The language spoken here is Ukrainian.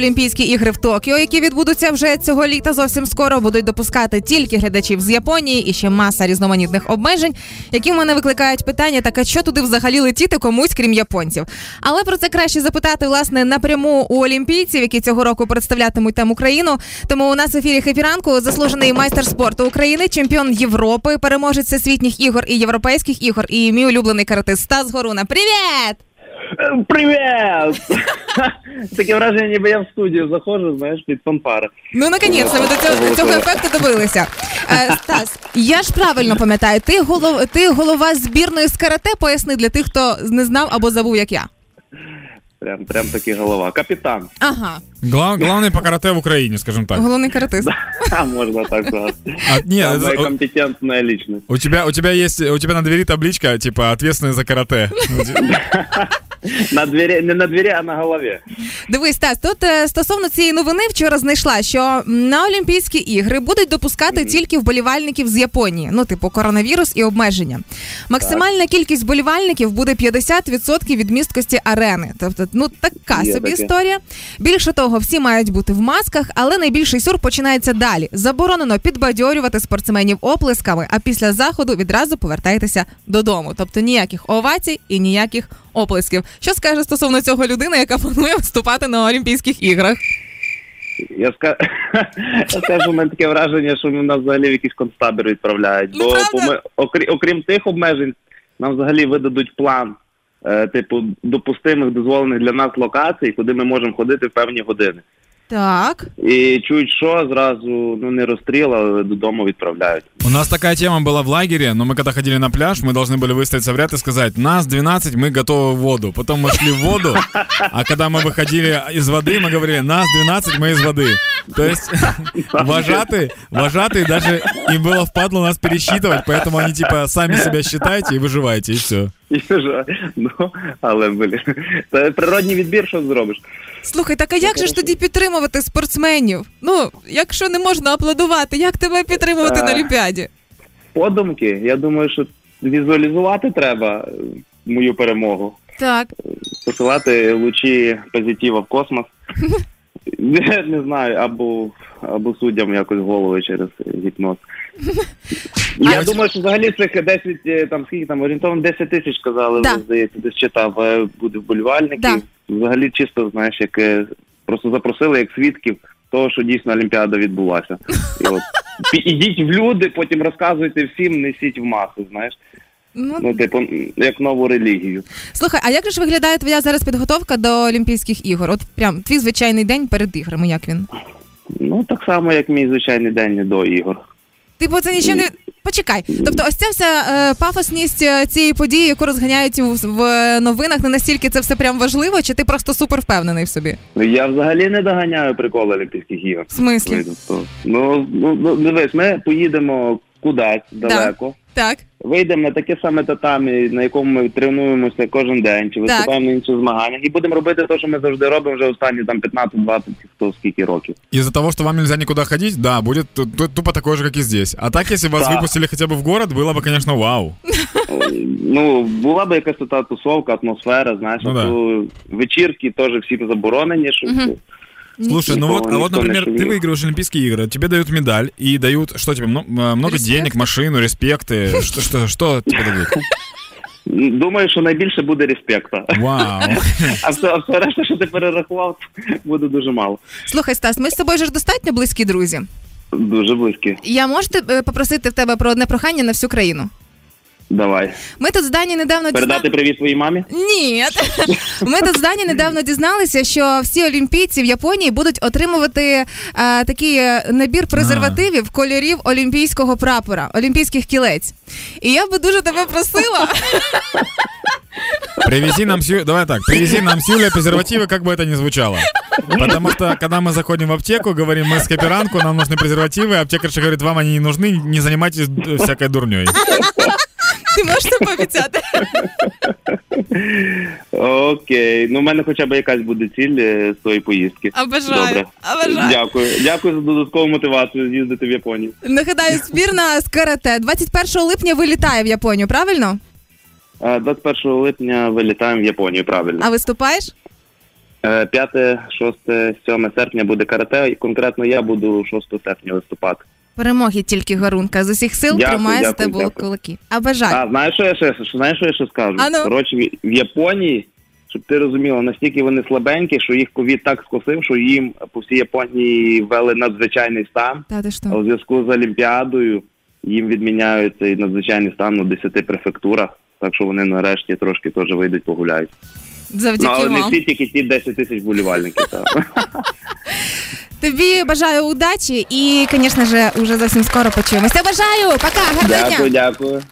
Олімпійські ігри в Токіо, які відбудуться вже цього літа, зовсім скоро будуть допускати тільки глядачів з Японії і ще маса різноманітних обмежень, які в мене викликають питання: так а що туди взагалі летіти комусь, крім японців? Але про це краще запитати власне напряму у олімпійців, які цього року представлятимуть там Україну. Тому у нас в ефірі хепіранку заслужений майстер спорту України, чемпіон Європи, переможець всесвітніх ігор і європейських ігор, і мій улюблений каратист Стас Горуна. Привіт! Е, Привіт! Таке враження, ніби я в студію заходжу, знаєш, під фанфари. Ну, наконець, ми до цього, цього ефекту добилися. Е, Стас, я ж правильно пам'ятаю, ти голова, ти голова збірної з карате, поясни для тих, хто не знав або забув, як я. Прям, прям таки голова. Капітан. Ага, Глав, главный по карате в Украине, скажем так. головний каратист. А, можна так сказати. А, нет, это- Самая компетентная личность. у тебя, у тебя есть, у тебя на двери табличка, типа, ответственный за карате. Ну, ти- На двері, не на двері, а на голові. Дивись, Стас, тут е, стосовно цієї новини вчора знайшла, що на Олімпійські ігри будуть допускати тільки вболівальників з Японії, ну типу коронавірус і обмеження. Максимальна кількість вболівальників буде 50% від місткості арени. Тобто, ну така Є собі таке. історія. Більше того, всі мають бути в масках, але найбільший сюр починається далі. Заборонено підбадьорювати спортсменів оплесками, а після заходу відразу повертайтеся додому. Тобто ніяких овацій і ніяких оплесків. Що скаже стосовно цього людина, яка планує виступати на Олімпійських іграх? Я, ска... я скажу, у мене таке враження, що нас взагалі в якийсь концтабір відправляють. Ну, Бо правда? поме- окрі- окрім тих обмежень, нам взагалі видадуть план. е, Типу, допустимих дозволених для нас локацій, куди ми можемо ходити в певні години. Так, І чують, що зразу ну не розстріл, але додому відправляють. У нас такая тема была в лагере, но мы когда ходили на пляж, мы должны были выставиться в ряд и сказать, нас 12, мы готовы в воду. Потом мы шли в воду, а когда мы выходили из воды, мы говорили, нас 12, мы из воды. То есть вожатые, вожатые даже им было впадло нас пересчитывать, поэтому они типа сами себя считайте и выживайте, и все. І ж, ну, але блін, це природній відбір, що зробиш? слухай, так а як же ж тоді підтримувати спортсменів? Ну, якщо не можна аплодувати, як тебе підтримувати на Е. Олімпіаді? Подумки, я думаю, що візуалізувати треба е, мою перемогу, Так, посилати лучі позитива в космос. Не, не знаю, або, або суддям якось голови через гіпноз. Я А- думаю, що взагалі цих 10, е, там скільки там орієнтовно 10 тисяч казали, Да. ви, здається, десь читав, е, буде вболівальників. Да. Взагалі чисто, знаєш, як е, просто запросили як свідків того, що дійсно Олімпіада відбулася. І от, пі- ідіть в люди, потім розказуйте всім, несіть в маси, знаєш. ну Ну, типу, м, як нову релігію. Слухай, а як же ж виглядає твоя зараз підготовка до Олімпійських ігор? От прям твій звичайний день перед іграми, як він? Ну, так само, як мій звичайний день до ігор. Типу, це нічим не. Почекай. Тобто, ось ця вся е, пафосність е, цієї події, яку розганяють в, в новинах, не настільки це все прям важливо, чи ти просто супер впевнений в собі? Ну, Я взагалі не доганяю приколи Олімпійських ігор. В смислі? Ну, ну, ну, дивись, ми поїдемо кудись далеко. Так. Вийдемо на таке саме татамі, на якому ми тренуємося кожен день, чи виступаємо на інші змагання, і будемо робити те, що ми завжди робимо вже останні там 15-20 хто скільки років. Из-за того, что вам нельзя никуда ходить, да, будет ту- ту- тупо такое же, как и здесь. А так, если вас Да. выпустили хотя бы в город, было бы, конечно, вау. Е, Ну була би якась та тусовка, атмосфера, знаєш, Ну ну, да. вечірки теж всі заборонені, що Мгм. Слушай, ну Никого вот, а вот, никто не например, ты шевелит. выигрываешь Олимпийские игры, тебе дают медаль и дают, что тебе, мно- э, много Респект. денег, машину, респекты, что, что, что тебе дадут? думаю, що найбільше буде респекта. Вау. А все, а все решта, що ти перерахував, буде дуже мало. Слухай, Стас, ми з тобою ж достатньо близькі друзі. Дуже близькі. Я можу тебе- е, попросити в тебе про одне прохання на всю країну. Давай. Ми тут з Дані недавно дізна- Передати привіт своїй мамі? Ні, ми тут з Дані недавно дізналися, що всі олімпійці в Японії будуть отримувати е, такий е, набір презервативів кольорів олімпійського прапора, олімпійських кілець. І я би дуже тебе просила. Привези нам, с Ю- давай так, привези нам с Юлей презервативы, как бы это ни звучало. Потому что, когда мы заходим в аптеку, говорим, мы с каперанку, нам нужны презервативы, аптекарша говорит, вам они не нужны, не занимайтесь э, всякой дурней. Ти можеш це пообіцяти? Окей, ну в мене хоча б якась буде ціль е, з тої поїздки. Обажаю. Добре. Обажаю. Дякую. Дякую за додаткову мотивацію з'їздити в Японію. Нагадаю, збірна з карате 21 липня вилітає в Японію, правильно? Е, 21 липня вилітаємо в Японію, правильно. А виступаєш? Е, 5, 6, 7 серпня буде карате. і Конкретно я буду 6 серпня виступати. Перемоги тільки гарунка з усіх сил Дякую, тримає за дякую, тебе дякую. кулаки. А бажаю. А знаєш, що я ще що- знаєш, що я ще скажу? А ну. Коротше, в- в Японії, щоб ти розуміла, настільки вони слабенькі, що їх ковід так скосив, що їм по всій Японії ввели надзвичайний стан. Та ти А що? у зв'язку з Олімпіадою їм відміняють цей надзвичайний стан у 10 префектурах. Так що вони нарешті трошки теж вийдуть погуляють. Ну, Завдяки але не вам. всі тільки ті 10 тисяч болівальників. та. Тобі бажаю удачі і, звісно ж, уже зовсім скоро почуємося. Бажаю! Пока, гарного дня! Дякую, дякую.